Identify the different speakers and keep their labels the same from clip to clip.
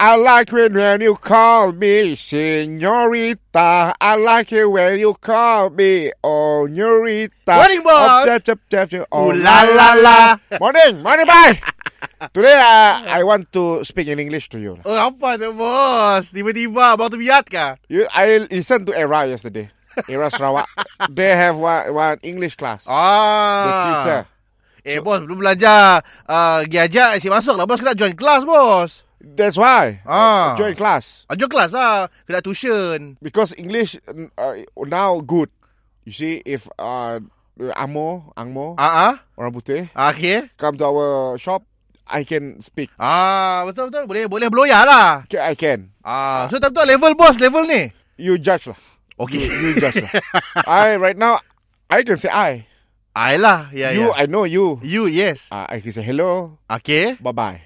Speaker 1: I like it when you call me señorita. I like it when you call me señorita.
Speaker 2: Morning, boss.
Speaker 1: Up, up, up, up, oh,
Speaker 2: Ooh, la, la, la.
Speaker 1: Morning, morning, bye. Today, uh, I want to speak in English to you.
Speaker 2: Oh, apa tu bos? Tiba-tiba abang tu biat kah?
Speaker 1: you I listened to Era yesterday. Era Sarawak. they have one, one English class. The
Speaker 2: Ah.
Speaker 1: teacher.
Speaker 2: Eh bos belum belajar uh, Pergi ajak asyik masuk lah bos Kena join kelas bos
Speaker 1: That's why. Uh,
Speaker 2: Ah.
Speaker 1: Join class.
Speaker 2: Ah, Join kelas lah Kena tuition
Speaker 1: Because English uh, now good. You see, if uh, Angmo, Angmo,
Speaker 2: Ah ah
Speaker 1: orang putih,
Speaker 2: Ah, Okay
Speaker 1: come to our shop, I can speak.
Speaker 2: Ah betul betul boleh boleh beloyah lah.
Speaker 1: Okay, I can.
Speaker 2: Ah so tak betul level bos level ni.
Speaker 1: You judge lah.
Speaker 2: Okey.
Speaker 1: You judge lah. I right now, I can say I.
Speaker 2: I lah. Ya
Speaker 1: you,
Speaker 2: ya.
Speaker 1: I know you.
Speaker 2: You yes. Ah,
Speaker 1: Uh, I can say hello,
Speaker 2: Okey.
Speaker 1: bye bye.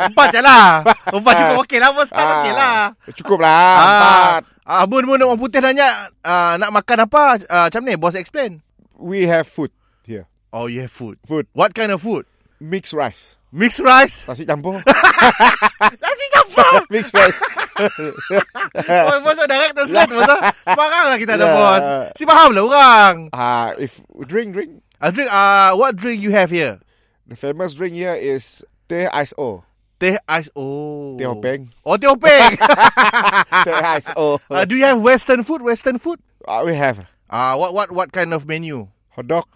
Speaker 2: Empat je lah. Empat cukup okey lah bos
Speaker 1: Ah.
Speaker 2: kan okey lah.
Speaker 1: Cukup lah. Empat.
Speaker 2: Ah, abun pun orang putih nanya ah, nak makan apa? Ah, macam ni bos explain.
Speaker 1: We have food here.
Speaker 2: Oh you have food.
Speaker 1: Food.
Speaker 2: What kind of food?
Speaker 1: Mixed rice.
Speaker 2: Mixed rice.
Speaker 1: Nasi campur.
Speaker 2: Nasi campur.
Speaker 1: Mixed rice.
Speaker 2: Oh, bos oh, direct translate bos. ah. Parang lah kita ada
Speaker 1: Yeah.
Speaker 2: bos. Si faham lah orang.
Speaker 1: Uh, if drink, drink.
Speaker 2: Ah, drink ah what drink you have here?
Speaker 1: The famous drink here is teh ice o.
Speaker 2: Teh ice. Oh.
Speaker 1: Teh openg.
Speaker 2: Oh, teh openg.
Speaker 1: Teh ice o.
Speaker 2: uh, do you have Western food? Western food?
Speaker 1: Uh, we have
Speaker 2: Ah, what what what kind of menu?
Speaker 1: hot dog.